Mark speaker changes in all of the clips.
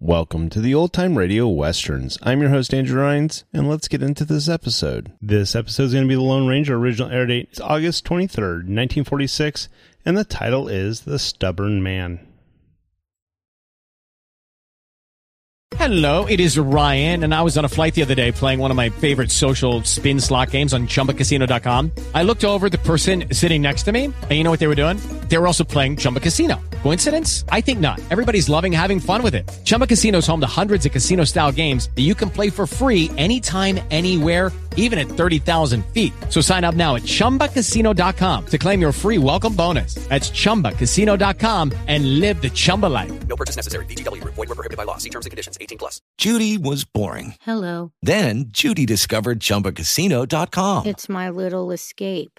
Speaker 1: Welcome to the Old Time Radio Westerns. I'm your host, Andrew Rhines, and let's get into this episode. This episode is going to be The Lone Ranger. Original air date is August 23rd, 1946, and the title is The Stubborn Man.
Speaker 2: Hello, it is Ryan, and I was on a flight the other day playing one of my favorite social spin slot games on chumbacasino.com. I looked over at the person sitting next to me, and you know what they were doing? They were also playing Chumba Casino. Coincidence? I think not. Everybody's loving having fun with it. Chumba Casino is home to hundreds of casino style games that you can play for free anytime, anywhere, even at 30,000 feet. So sign up now at chumbacasino.com to claim your free welcome bonus. That's chumbacasino.com and live the Chumba life.
Speaker 3: No purchase necessary. VGW Group. Void were prohibited by law. See terms and conditions. 18 plus.
Speaker 4: Judy was boring.
Speaker 5: Hello.
Speaker 4: Then Judy discovered ChumbaCasino.com.
Speaker 5: It's my little escape.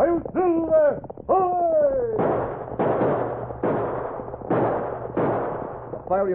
Speaker 6: I'm Silver!
Speaker 7: A fiery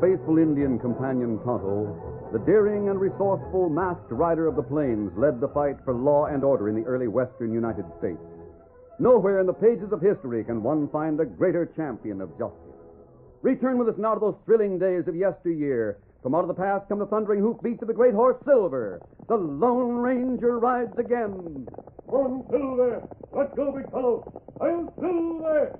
Speaker 7: faithful Indian companion Tonto, the daring and resourceful masked rider of the plains led the fight for law and order in the early western United States. Nowhere in the pages of history can one find a greater champion of justice. Return with us now to those thrilling days of yesteryear. From out of the past come the thundering hoofbeats of the great horse Silver. The Lone Ranger rides again. On Silver! Let's go, big fellow! I'll Silver!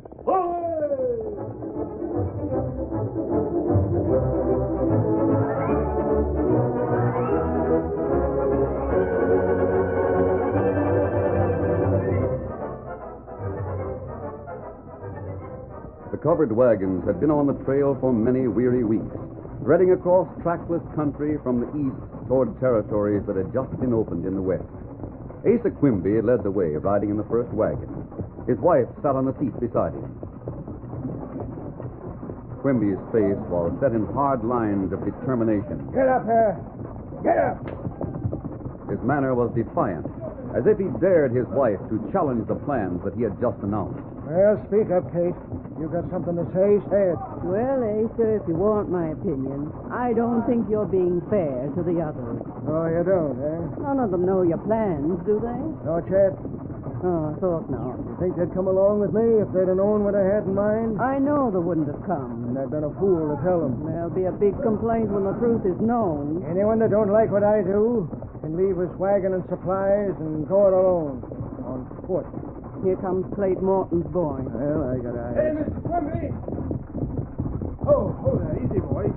Speaker 7: The covered wagons had been on the trail for many weary weeks, threading across trackless country from the east toward territories that had just been opened in the west. Asa Quimby led the way, riding in the first wagon. His wife sat on the seat beside him. Quimby's face was set in hard lines of determination.
Speaker 6: Get up here! Get up!
Speaker 7: His manner was defiant, as if he dared his wife to challenge the plans that he had just announced.
Speaker 6: Well, speak up, Kate. You got something to say? Say it.
Speaker 8: Well, Asa, if you want my opinion, I don't think you're being fair to the others.
Speaker 6: No, you don't, eh?
Speaker 8: None of them know your plans, do they?
Speaker 6: Not yet.
Speaker 8: Oh, I thought not.
Speaker 6: You think they'd come along with me if they'd have known what I had in mind?
Speaker 8: I know they wouldn't have come.
Speaker 6: And I've been a fool to tell them.
Speaker 8: There'll be a big complaint when the truth is known.
Speaker 6: Anyone that don't like what I do can leave his wagon and supplies and go it alone. On foot.
Speaker 8: Here comes Slate Morton's boy.
Speaker 6: Well, I got eyes.
Speaker 9: Mr. Quimby!
Speaker 6: Oh, hold that. Easy, boy.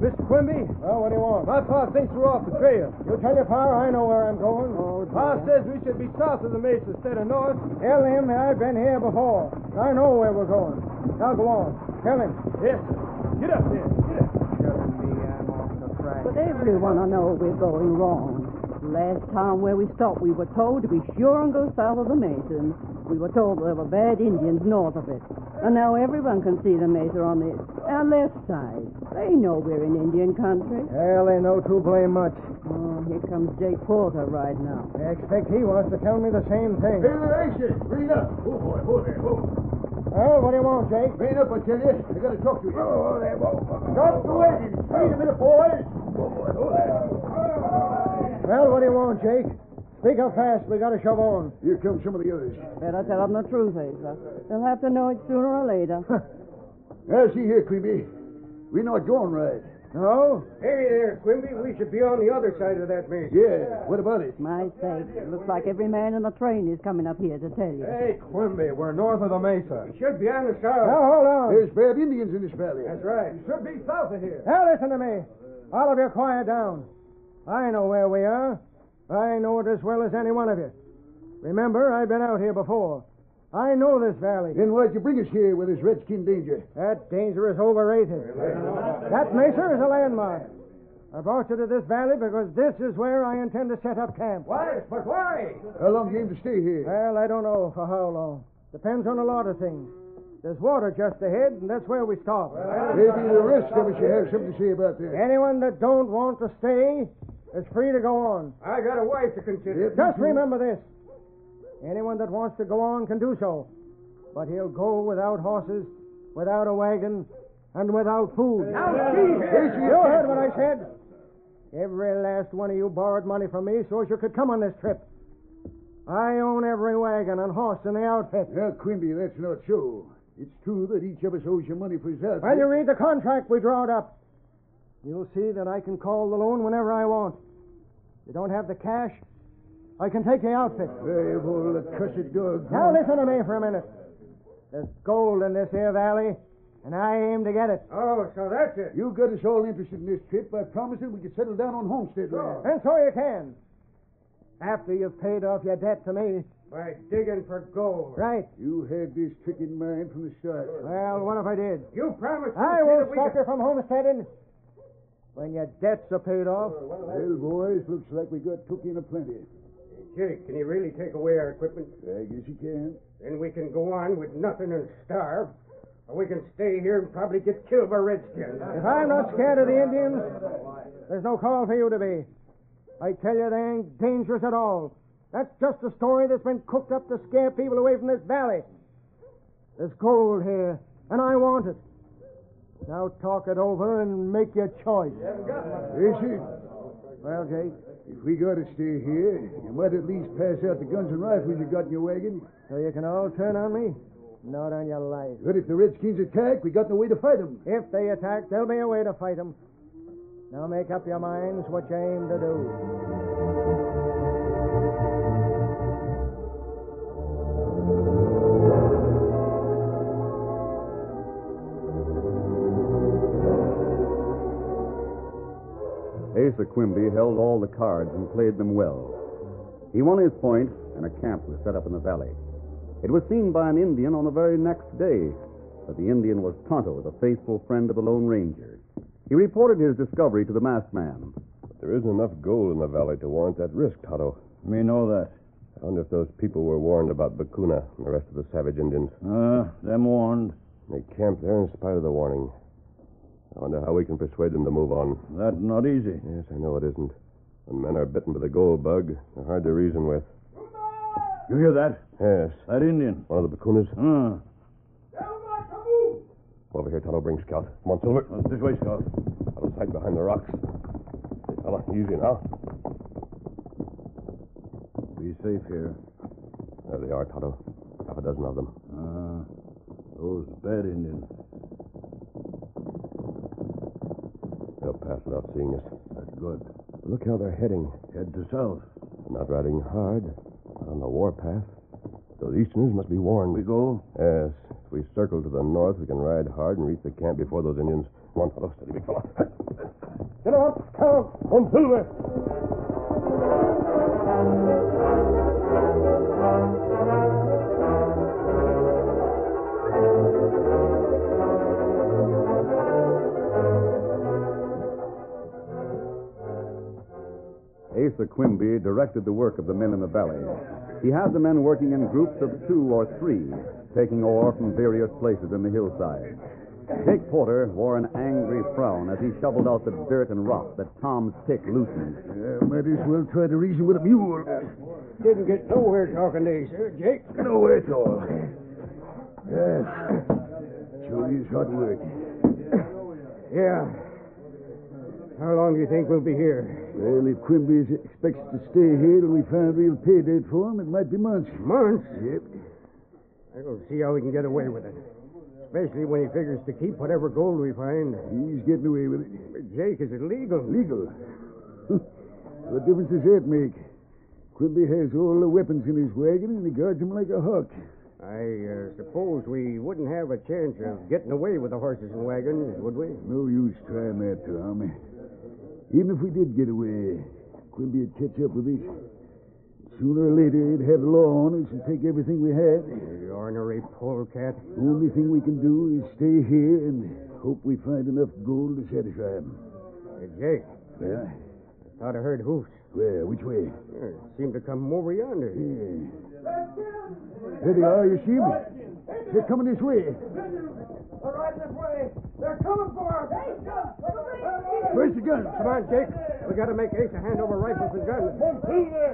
Speaker 9: Mr. Quimby,
Speaker 6: Well, what do you want?
Speaker 9: my pa thinks we're off the trail.
Speaker 6: You tell your pa I know where I'm going.
Speaker 8: Oh,
Speaker 9: Pa
Speaker 8: dear.
Speaker 9: says we should be south of the mesa instead of north.
Speaker 6: Tell him that I've been here before. I know where we're going. Now go on. Tell him.
Speaker 9: Yes, sir. Get up there. Get up.
Speaker 6: Shouldn't be. I'm off the track.
Speaker 8: But everyone I know we're going wrong. Last time where we stopped, we were told to be sure and go south of the Mason. We were told there were bad Indians north of it. And now everyone can see the Mesa on the our left side. They know we're in Indian country.
Speaker 6: Well, they know too blame much.
Speaker 8: Oh, here comes Jake Porter right now.
Speaker 6: I expect he wants to tell me the same thing.
Speaker 9: Action! Read up. Oh, boy. Oh, there. Oh.
Speaker 6: Well, what do you want, Jake?
Speaker 9: Read up, I tell you. I got to talk to you. Oh, there.
Speaker 6: Stop the wagon.
Speaker 9: Wait a minute, Oh, boys.
Speaker 6: Well, what do you want, Jake? Speak up fast. We got to shove on.
Speaker 9: Here come some of the others.
Speaker 8: Better tell them the truth, Asa. They'll have to know it sooner or later.
Speaker 9: Now, see here, Quimby. We're not going right.
Speaker 6: No?
Speaker 9: Hey there, Quimby. We should be on the other side of that mesa. Yeah. What about it?
Speaker 8: My sakes, it looks like every man in the train is coming up here to tell you.
Speaker 9: Hey, Quimby, we're north of the mesa. We should be on the
Speaker 6: Now,
Speaker 9: south.
Speaker 6: hold on.
Speaker 9: There's bad Indians in this valley. That's right. should be south of here.
Speaker 6: Now, listen to me. All of you quiet down. I know where we are. I know it as well as any one of you. Remember, I've been out here before. I know this valley.
Speaker 9: Then why'd you bring us here with this redskin danger?
Speaker 6: That danger is overrated. That mesa is a landmark. I brought you to this valley because this is where I intend to set up camp.
Speaker 9: Why? But why? How long you aim to stay here?
Speaker 6: Well, I don't know for how long. Depends on a lot of things. There's water just ahead, and that's where we stop.
Speaker 9: Maybe the rest of us should have something to say about that.
Speaker 6: Anyone that don't want to stay is free to go on.
Speaker 9: I got a wife to consider.
Speaker 6: Just remember this. Anyone that wants to go on can do so. But he'll go without horses, without a wagon, and without food. You heard what I said. Every last one of you borrowed money from me so as you could come on this trip. I own every wagon and horse in the outfit.
Speaker 9: Now, Quimby, that's not so. It's true that each of us owes you money for his outfit.
Speaker 6: Well, you read the contract we drawed up. You'll see that I can call the loan whenever I want. You don't have the cash? I can take the outfit.
Speaker 9: Hey, of all the cussed dog.
Speaker 6: Now listen to me for a minute. There's gold in this here valley, and I aim to get it.
Speaker 9: Oh, so that's it. You got us all interested in this trip by promising we could settle down on homestead land.
Speaker 6: And so you can. After you've paid off your debt to me.
Speaker 9: By digging for gold.
Speaker 6: Right.
Speaker 9: You had this trick in mind from the start.
Speaker 6: Well, what if I did?
Speaker 9: You promised
Speaker 6: I won't stop you from homesteading. When your debts are paid off.
Speaker 9: Well, boys, looks like we got took in a plenty. Jake, can you really take away our equipment? I guess you can. Then we can go on with nothing and starve. Or we can stay here and probably get killed by redskins.
Speaker 6: If I'm not scared of the Indians, there's no call for you to be. I tell you, they ain't dangerous at all. That's just a story that's been cooked up to scare people away from this valley. There's gold here, and I want it. Now talk it over and make your choice.
Speaker 10: Is it? Well, Jake, if we got to stay here, you might at least pass out the guns and rifles you got in your wagon.
Speaker 6: So you can all turn on me? Not on your life.
Speaker 10: But if the Redskins attack, we got no way to fight them.
Speaker 6: If they attack, there'll be a way to fight 'em. Now make up your minds what you aim to do.
Speaker 7: Asa Quimby held all the cards and played them well. He won his point, and a camp was set up in the valley. It was seen by an Indian on the very next day, but the Indian was Tonto, the faithful friend of the Lone Ranger. He reported his discovery to the masked man.
Speaker 11: There isn't enough gold in the valley to warrant that risk, Tonto.
Speaker 10: We know that.
Speaker 11: I wonder if those people were warned about Bakuna and the rest of the savage Indians.
Speaker 10: Uh, them warned.
Speaker 11: They camped there in spite of the warning. I wonder how we can persuade them to move on.
Speaker 10: That's not easy.
Speaker 11: Yes, I know it isn't. When men are bitten by the gold bug, they're hard to reason with.
Speaker 10: You hear that?
Speaker 11: Yes.
Speaker 10: That Indian.
Speaker 11: One of the Bakunas?
Speaker 10: Uh,
Speaker 11: Over here, Tonto, bring Scout. Come on, Silver.
Speaker 10: this way, Scout.
Speaker 11: Out of sight behind the rocks. Hey, fella, easy now.
Speaker 10: be safe here.
Speaker 11: There they are, Tonto. Half a dozen of them.
Speaker 10: Uh, those bad Indians.
Speaker 11: They'll pass without seeing us.
Speaker 10: That's good.
Speaker 11: Look how they're heading.
Speaker 10: Head to south.
Speaker 11: Not riding hard. On the warpath. Those Easterners must be warned.
Speaker 10: We go?
Speaker 11: Yes. If we circle to the north, we can ride hard and reach the camp before those Indians. Come on, fellow. Steady, big fella.
Speaker 9: Get up, Scout! On Silver!
Speaker 7: Asa Quimby directed the work of the men in the valley. He had the men working in groups of two or three, taking ore from various places in the hillside. Jake Porter wore an angry frown as he shoveled out the dirt and rock that Tom's pick loosened.
Speaker 10: Yeah, might as well try to reason with a mule.
Speaker 9: Didn't get nowhere talking to you, sir, Jake.
Speaker 10: Nowhere at all. Yes. Sure is hot work.
Speaker 9: Yeah. How long do you think we'll be here?
Speaker 10: Well, if Quimby expects to stay here till we find a real pay date for him, it might be months.
Speaker 9: Months?
Speaker 10: Yep.
Speaker 9: I don't see how we can get away with it. Especially when he figures to keep whatever gold we find.
Speaker 10: He's getting away with it.
Speaker 9: But Jake, is it legal?
Speaker 10: Legal? what difference does that make? Quimby has all the weapons in his wagon and he guards them like a hawk.
Speaker 9: I uh, suppose we wouldn't have a chance of getting away with the horses and wagons, would we?
Speaker 10: No use trying that, Tom. Even if we did get away, Quimby would catch up with us. Sooner or later, he'd have the law on us and take everything we had.
Speaker 9: The ornery polecat.
Speaker 10: Only thing we can do is stay here and hope we find enough gold to satisfy him.
Speaker 9: Hey, Jake,
Speaker 10: Yeah?
Speaker 9: I thought I heard hoofs.
Speaker 10: Where? Which way?
Speaker 9: Yeah, it seemed to come over yonder.
Speaker 10: Yeah. There they are, you see 'em? They're coming this way.
Speaker 12: All right, this way. They're coming for us.
Speaker 10: Where's the gun?
Speaker 9: Come on, Jake. We gotta make Ace hand over rifles and guns.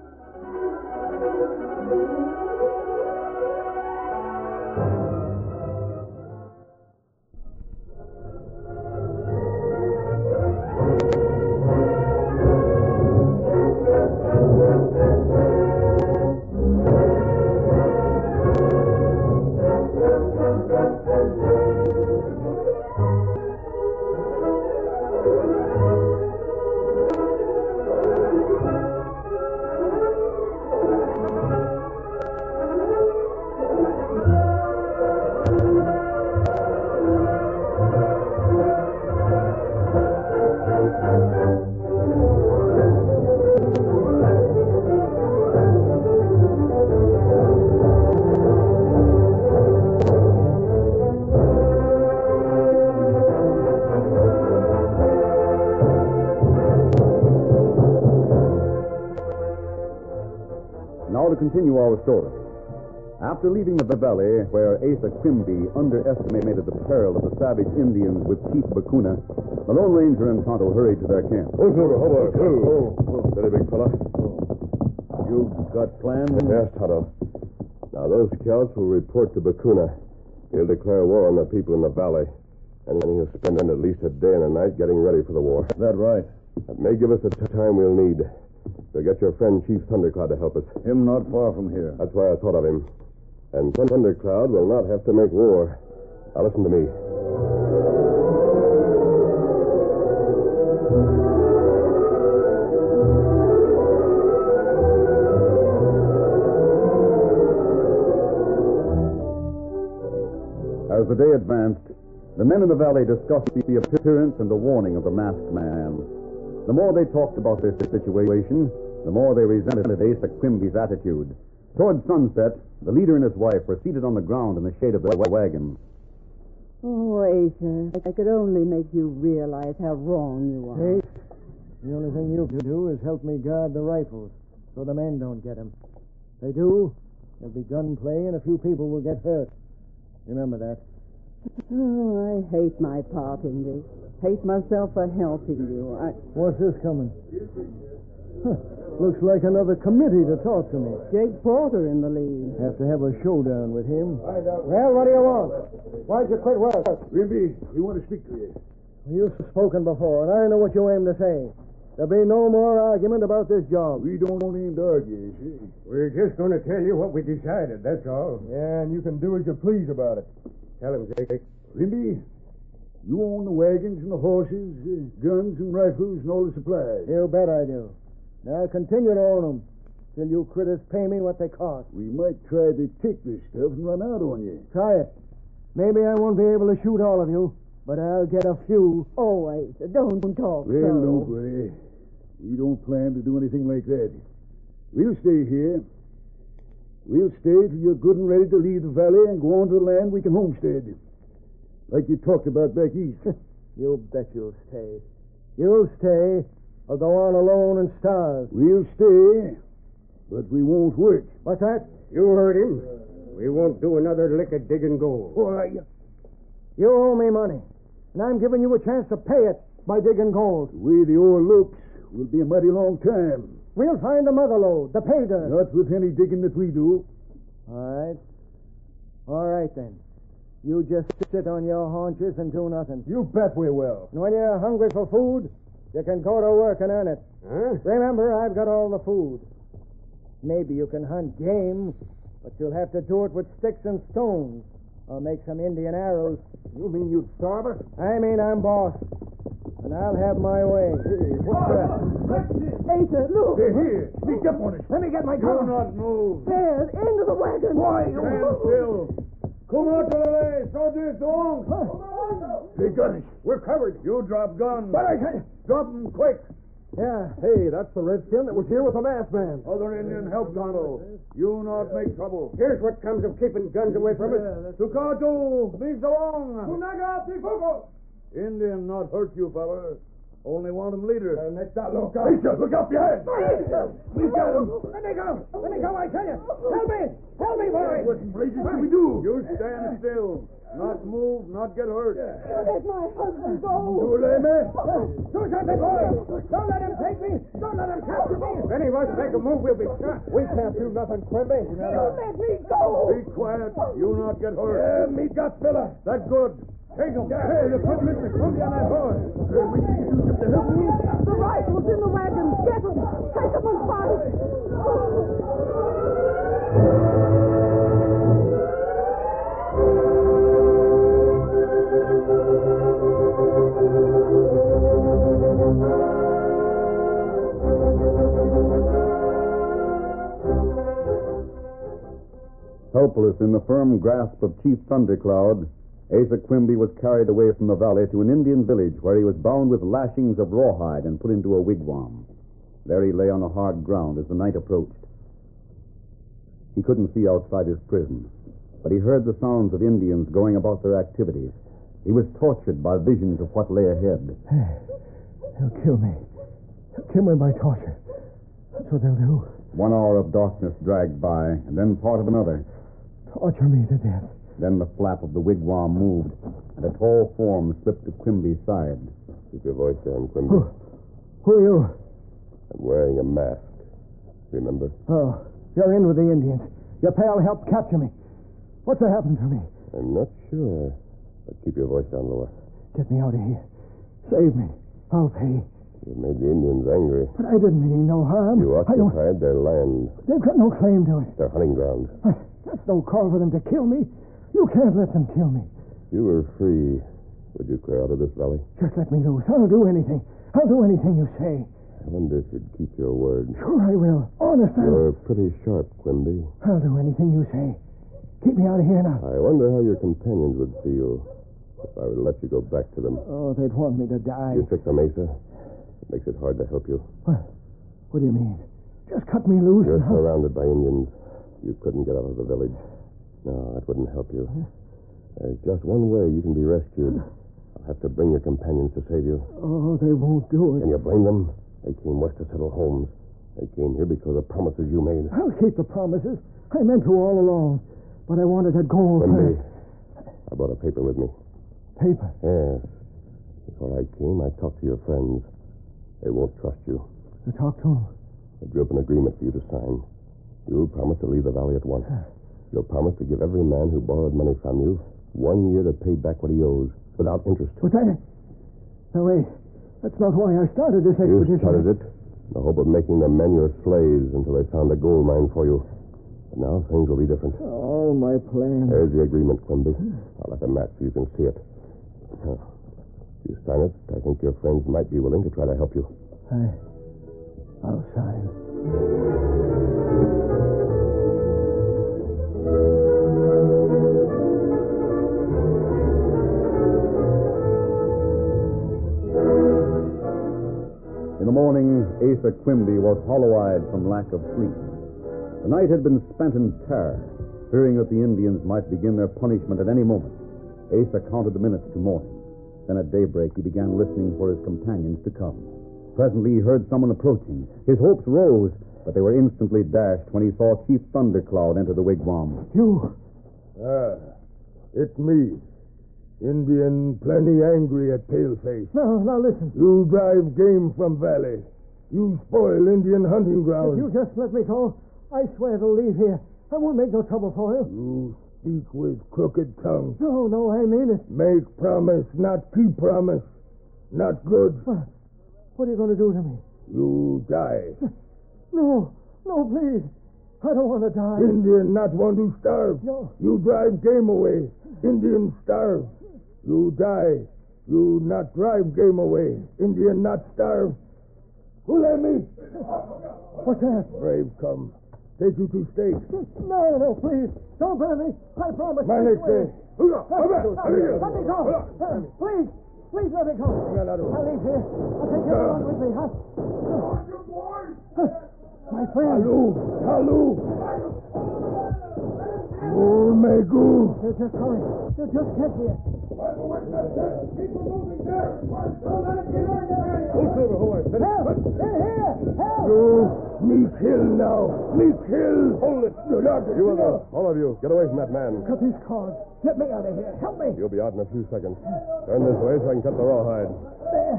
Speaker 7: Now to continue our story. After leaving the valley where Asa Quimby underestimated the peril of the savage Indians with Chief Bakuna, the Lone Ranger and Tonto hurried to their camp.
Speaker 11: Oh, Silver, how about you? Oh, steady, big fella.
Speaker 7: You've got plans?
Speaker 11: Yes, Tonto. Now, those scouts will report to Bakuna. He'll declare war on the people in the valley. And then he'll spend at least a day and a night getting ready for the war.
Speaker 7: That right.
Speaker 11: That may give us the t- time we'll need. We'll get your friend Chief Thundercloud to help us.
Speaker 7: Him not far from here.
Speaker 11: That's why I thought of him. And Thundercloud will not have to make war. Now, listen to me.
Speaker 7: As the day advanced, the men in the valley discussed the appearance and the warning of the masked man. The more they talked about this situation, the more they resented Asa Quimby's attitude. Toward sunset, the leader and his wife were seated on the ground in the shade of the wa- wagon.
Speaker 8: Oh, Asa, I could only make you realize how wrong you are.
Speaker 6: Jake, the only thing you can do is help me guard the rifles so the men don't get 'em. They do, There'll be gunplay, and a few people will get hurt. Remember that.
Speaker 8: Oh, I hate my part in this. Hate myself for helping you. I.
Speaker 6: What's this coming? Huh. Looks like another committee to talk to me.
Speaker 8: Jake Porter in the lead.
Speaker 6: Have to have a showdown with him.
Speaker 13: Well, what do you want? Why'd you quit work?
Speaker 10: Rimby, we want to speak to you.
Speaker 6: You've spoken before, and I know what you aim to say. There'll be no more argument about this job.
Speaker 10: We don't aim to argue, you see.
Speaker 9: We're just going to tell you what we decided, that's all.
Speaker 10: Yeah, and you can do as you please about it.
Speaker 9: Tell him, Jake.
Speaker 10: Rimby, you own the wagons and the horses, uh, guns and rifles, and all the supplies.
Speaker 6: You bet I do. Now continue to own 'em till you critters pay me what they cost.
Speaker 10: We might try to take this stuff and run out on you.
Speaker 6: Try it. Maybe I won't be able to shoot all of you, but I'll get a few.
Speaker 8: Oh, wait. Don't talk.
Speaker 10: Well,
Speaker 8: so.
Speaker 10: don't worry. We don't plan to do anything like that. We'll stay here. We'll stay till you're good and ready to leave the valley and go on to the land we can homestead. Like you talked about back east.
Speaker 6: You bet you'll stay. You'll stay or go on alone and starve.
Speaker 10: we'll stay, but we won't work.
Speaker 6: What's that?
Speaker 9: You heard him. We won't do another lick of digging gold.
Speaker 6: you... you owe me money, and I'm giving you a chance to pay it by digging gold.
Speaker 10: The way the ore looks will be a mighty long time.
Speaker 6: We'll find the mother lode, the pay dirt.
Speaker 10: Not with any digging that we do.
Speaker 6: All right. All right, then. You just sit on your haunches and do nothing.
Speaker 10: You bet we will.
Speaker 6: And when you're hungry for food, you can go to work and earn it.
Speaker 9: Huh?
Speaker 6: Remember, I've got all the food. Maybe you can hunt game, but you'll have to do it with sticks and stones, or make some Indian arrows.
Speaker 9: You mean you'd starve us?
Speaker 6: I mean, I'm boss, and I'll have my way.
Speaker 10: What's that?
Speaker 8: Asa, look.
Speaker 10: They're here. Sneak up on us.
Speaker 6: Let me get my
Speaker 10: Do not move.
Speaker 8: There's into the wagon.
Speaker 10: Why, you still. Come out to the lay. Soldiers, along. They got us. We're covered. You drop guns. But I can't. Drop them quick.
Speaker 6: Yeah.
Speaker 10: Hey, that's the redskin that was here with the masked man. Other Indian, help Tonto. You not make trouble.
Speaker 9: Here's what comes of keeping guns away from us.
Speaker 10: Tukato, these along.
Speaker 13: Kunaga, Tikoko!
Speaker 10: Indian not hurt you, fella. Only want him leader. And that's that look out. look out behind. We got him.
Speaker 13: Let me go! Let me go, I tell you! Help me! Help me, boy!
Speaker 10: What in blazes do we do? You stand still. Not move, not get hurt.
Speaker 12: Let my husband
Speaker 10: You
Speaker 12: go.
Speaker 10: lay me?
Speaker 13: Do something, boy! Don't let him take me! Don't let him capture me!
Speaker 9: If any of us make a move, we'll be shot.
Speaker 6: We can't do nothing, Quimby.
Speaker 12: Let me go.
Speaker 10: Be quiet. You not get hurt. Yeah, me got fella. That good. Take him. Hey, the put Mr. Columbia on that horse. we can use him to help you.
Speaker 12: The rifle's in the wagon. Get him. Take him and fight.
Speaker 7: Helpless in the firm grasp of Chief Thundercloud, Asa Quimby was carried away from the valley to an Indian village where he was bound with lashings of rawhide and put into a wigwam. There he lay on the hard ground as the night approached. He couldn't see outside his prison, but he heard the sounds of Indians going about their activities. He was tortured by visions of what lay ahead.
Speaker 6: They'll kill me. They'll kill me by torture. That's what they'll do.
Speaker 7: One hour of darkness dragged by, and then part of another.
Speaker 6: Torture me to death.
Speaker 7: Then the flap of the wigwam moved, and a tall form slipped to Quimby's side.
Speaker 11: Keep your voice down, Quimby.
Speaker 6: Who, who are you?
Speaker 11: I'm wearing a mask. Remember?
Speaker 6: Oh, you're in with the Indians. Your pal helped capture me. What's happened to me?
Speaker 11: I'm not sure. But keep your voice down lower.
Speaker 6: Get me out of here. Save me. I'll pay.
Speaker 11: You've made the Indians angry.
Speaker 6: But I didn't mean no harm.
Speaker 11: You
Speaker 6: I don't...
Speaker 11: occupied their land,
Speaker 6: They've got no claim to it.
Speaker 11: their hunting ground.
Speaker 6: But that's no call for them to kill me. You can't let them kill me.
Speaker 11: If you were free, would you clear out of this valley?
Speaker 6: Just let me loose. I'll do anything. I'll do anything you say.
Speaker 11: I wonder if you'd keep your word.
Speaker 6: Sure I will. Honest, I'll,
Speaker 11: You're pretty sharp, Quimby.
Speaker 6: I'll do anything you say. Keep me out of here and I'll...
Speaker 11: I wonder how your companions would feel if I were to let you go back to them.
Speaker 6: Oh, they'd want me to die.
Speaker 11: You tricked the Mesa. It makes it hard to help you.
Speaker 6: What do you mean? Just cut me loose.
Speaker 11: You're
Speaker 6: and I'll-
Speaker 11: surrounded by Indians. You couldn't get out of the village. No, that wouldn't help you. There's just one way you can be rescued. I'll have to bring your companions to save you.
Speaker 6: Oh, they won't do it.
Speaker 11: Can you blame them? They came west to settle homes. I came here because of promises you made.
Speaker 6: I'll keep the promises. I meant to all along, but I wanted that gold
Speaker 11: Quimby,
Speaker 6: first.
Speaker 11: I brought a paper with me.
Speaker 6: Paper.
Speaker 11: Yes. Before I came, I talked to your friends. They won't trust you.
Speaker 6: To talk to him.
Speaker 11: I drew up an agreement for you to sign. You'll promise to leave the valley at once. You'll promise to give every man who borrowed money from you one year to pay back what he owes without interest.
Speaker 6: But that. Now, wait. That's not why I started this
Speaker 11: You
Speaker 6: expedition.
Speaker 11: started it in the hope of making the men your slaves until they found a gold mine for you. But now things will be different.
Speaker 6: All my plans.
Speaker 11: There's the agreement, Quimby. I'll have a map so you can see it. Now, if you sign it, I think your friends might be willing to try to help you.
Speaker 6: I, I'll sign.
Speaker 7: In the morning, Asa Quimby was hollow eyed from lack of sleep. The night had been spent in terror, fearing that the Indians might begin their punishment at any moment. Asa counted the minutes to morning. Then at daybreak, he began listening for his companions to come. Presently, he heard someone approaching. His hopes rose, but they were instantly dashed when he saw Chief Thundercloud enter the wigwam.
Speaker 6: You.
Speaker 14: Ah, it's me. Indian plenty angry at Paleface.
Speaker 6: Now, now listen.
Speaker 14: You drive game from valley. You spoil Indian hunting
Speaker 6: If
Speaker 14: grounds.
Speaker 6: you just let me go, I swear to leave here. I won't make no trouble for you.
Speaker 14: You speak with crooked tongue.
Speaker 6: No, no, I mean it.
Speaker 14: Make promise, not keep promise. Not good.
Speaker 6: What, what are you going to do to me?
Speaker 14: You die.
Speaker 6: No, no, please. I don't want to die.
Speaker 14: Indian not want to starve.
Speaker 6: No.
Speaker 14: You drive game away. Indian starve. You die. You not drive game away. Indian not starve. Who let me?
Speaker 6: What's that?
Speaker 14: Brave come. Take you to stake.
Speaker 6: No, no, please. Don't burn me. I promise.
Speaker 14: My
Speaker 6: I
Speaker 14: next day.
Speaker 6: swear.
Speaker 14: Hurrah, hurrah,
Speaker 6: Let me
Speaker 14: hurrah.
Speaker 6: go. Let me go.
Speaker 14: Hurrah.
Speaker 6: Uh, Please, please let me go. I'll leave here. I'll take you along with me. Huh? Uh, My friend.
Speaker 14: Hello. Hello. Oh, my God.
Speaker 6: You just hurry. You just get here.
Speaker 14: You, me kill now. Me kill. Hold it. You
Speaker 11: You other, all of you, get away from that man.
Speaker 6: Cut these cords. Get me out of here. Help me.
Speaker 11: You'll be out in a few seconds. Turn this way so I can cut the rawhide.
Speaker 6: There.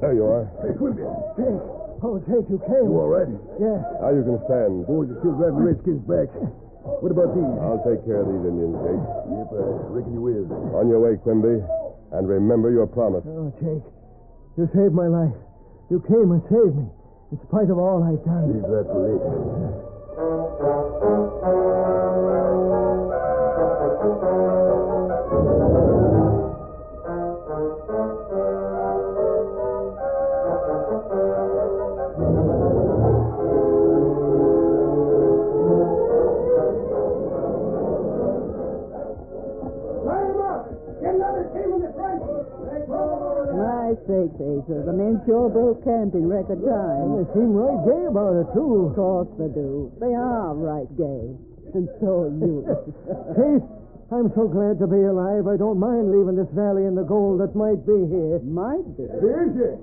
Speaker 11: There you are.
Speaker 6: Jake. Oh, Jake, you came.
Speaker 11: all right?
Speaker 6: Yeah.
Speaker 11: Now you can stand.
Speaker 6: Boys are Oh, still driving Redskins back. What about these?
Speaker 11: I'll take care of these Indians, Jake.
Speaker 6: Yep, I
Speaker 10: uh,
Speaker 6: reckon you will.
Speaker 11: On your way, Quimby. And remember your promise.
Speaker 6: Oh, Jake, you saved my life. You came and saved me, in spite of all I've done.
Speaker 11: Leave that for later.
Speaker 8: My sakes, Asa, the men sure broke camp in record time.
Speaker 6: They seem right gay about it, too.
Speaker 8: Of course they do. They are right gay. And so are you.
Speaker 6: Faith, I'm so glad to be alive. I don't mind leaving this valley and the gold that might be here.
Speaker 8: Might be?
Speaker 6: Is it?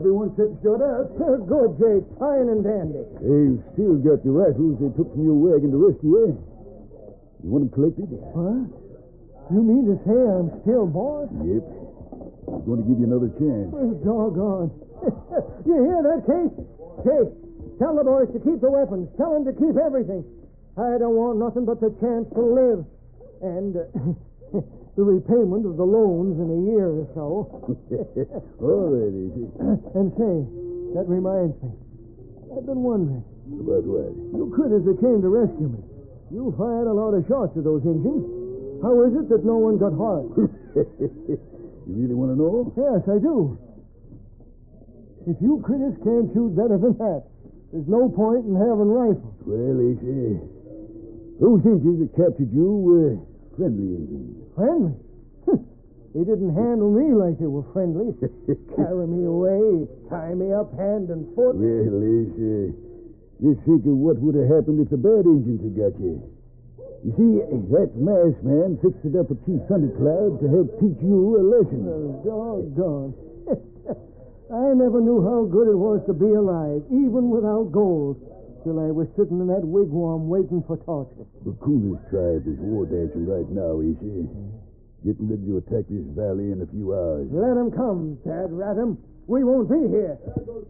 Speaker 6: Everyone sits shut up. Good, Jake. Fine and dandy.
Speaker 14: They've still got the rifles they took from your wagon to rescue you. You want them collected?
Speaker 6: What? You mean to say I'm still boss?
Speaker 14: Yep. I'm going to give you another chance.
Speaker 6: Well, doggone. you hear that, Kate? Kate, tell the boys to keep the weapons. Tell them to keep everything. I don't want nothing but the chance to live. And uh, the repayment of the loans in a year or so.
Speaker 14: All right, easy.
Speaker 6: and say, that reminds me. I've been wondering.
Speaker 14: About what?
Speaker 6: You critters that came to rescue me, you fired a lot of shots at those engines. How is it that no one got hurt?
Speaker 14: you really want to know?
Speaker 6: Yes, I do. If you critters can't shoot better than that, there's no point in having rifles.
Speaker 14: Well, Asa, those Indians that captured you were friendly Indians.
Speaker 6: Friendly? they didn't handle me like they were friendly. Carry me away, tie me up hand and foot.
Speaker 14: Well, Asa, just uh, think of what would have happened if the bad Indians had got you. You see, that masked man fixed it up with Chief Thundercloud to help teach you a lesson.
Speaker 6: Oh, doggone. I never knew how good it was to be alive, even without gold, till I was sitting in that wigwam waiting for torture.
Speaker 10: Bakuna's tribe is war dancing right now, Ishi. Getting ready to attack this valley in a few hours.
Speaker 6: Let 'em come, Tad Ratham. We won't be here.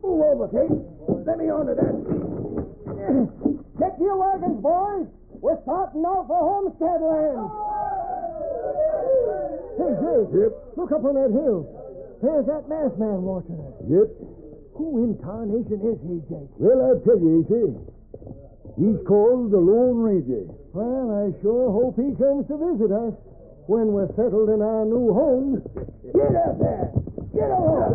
Speaker 13: Move over, Kate. Let me onto that.
Speaker 6: Get your wagons, boys. We're starting off for Homestead land. Hey, Jay. Yep. Look up on that hill. There's that masked man watching us.
Speaker 10: Yep.
Speaker 6: Who in tarnation is he, Jake?
Speaker 10: Well, I'll tell you, Ishi. He's called the Lone Ranger.
Speaker 6: Well, I sure hope he comes to visit us when we're settled in our new homes.
Speaker 13: Get up there. Get over.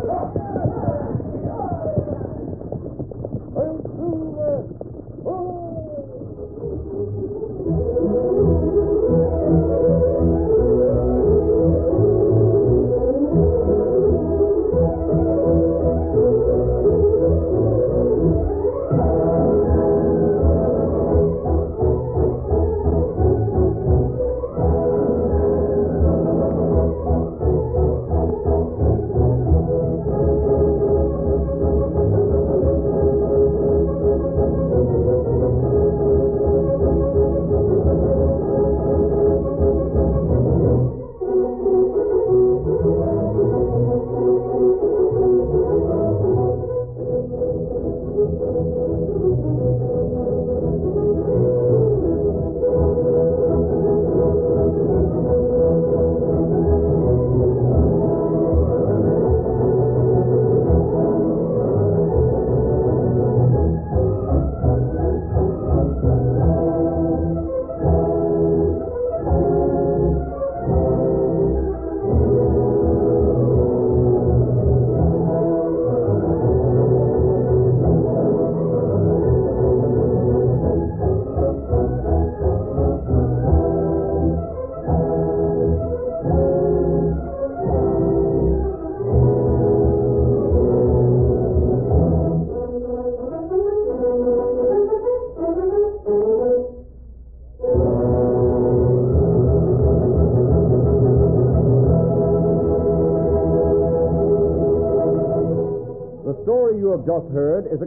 Speaker 7: The story you have just heard is a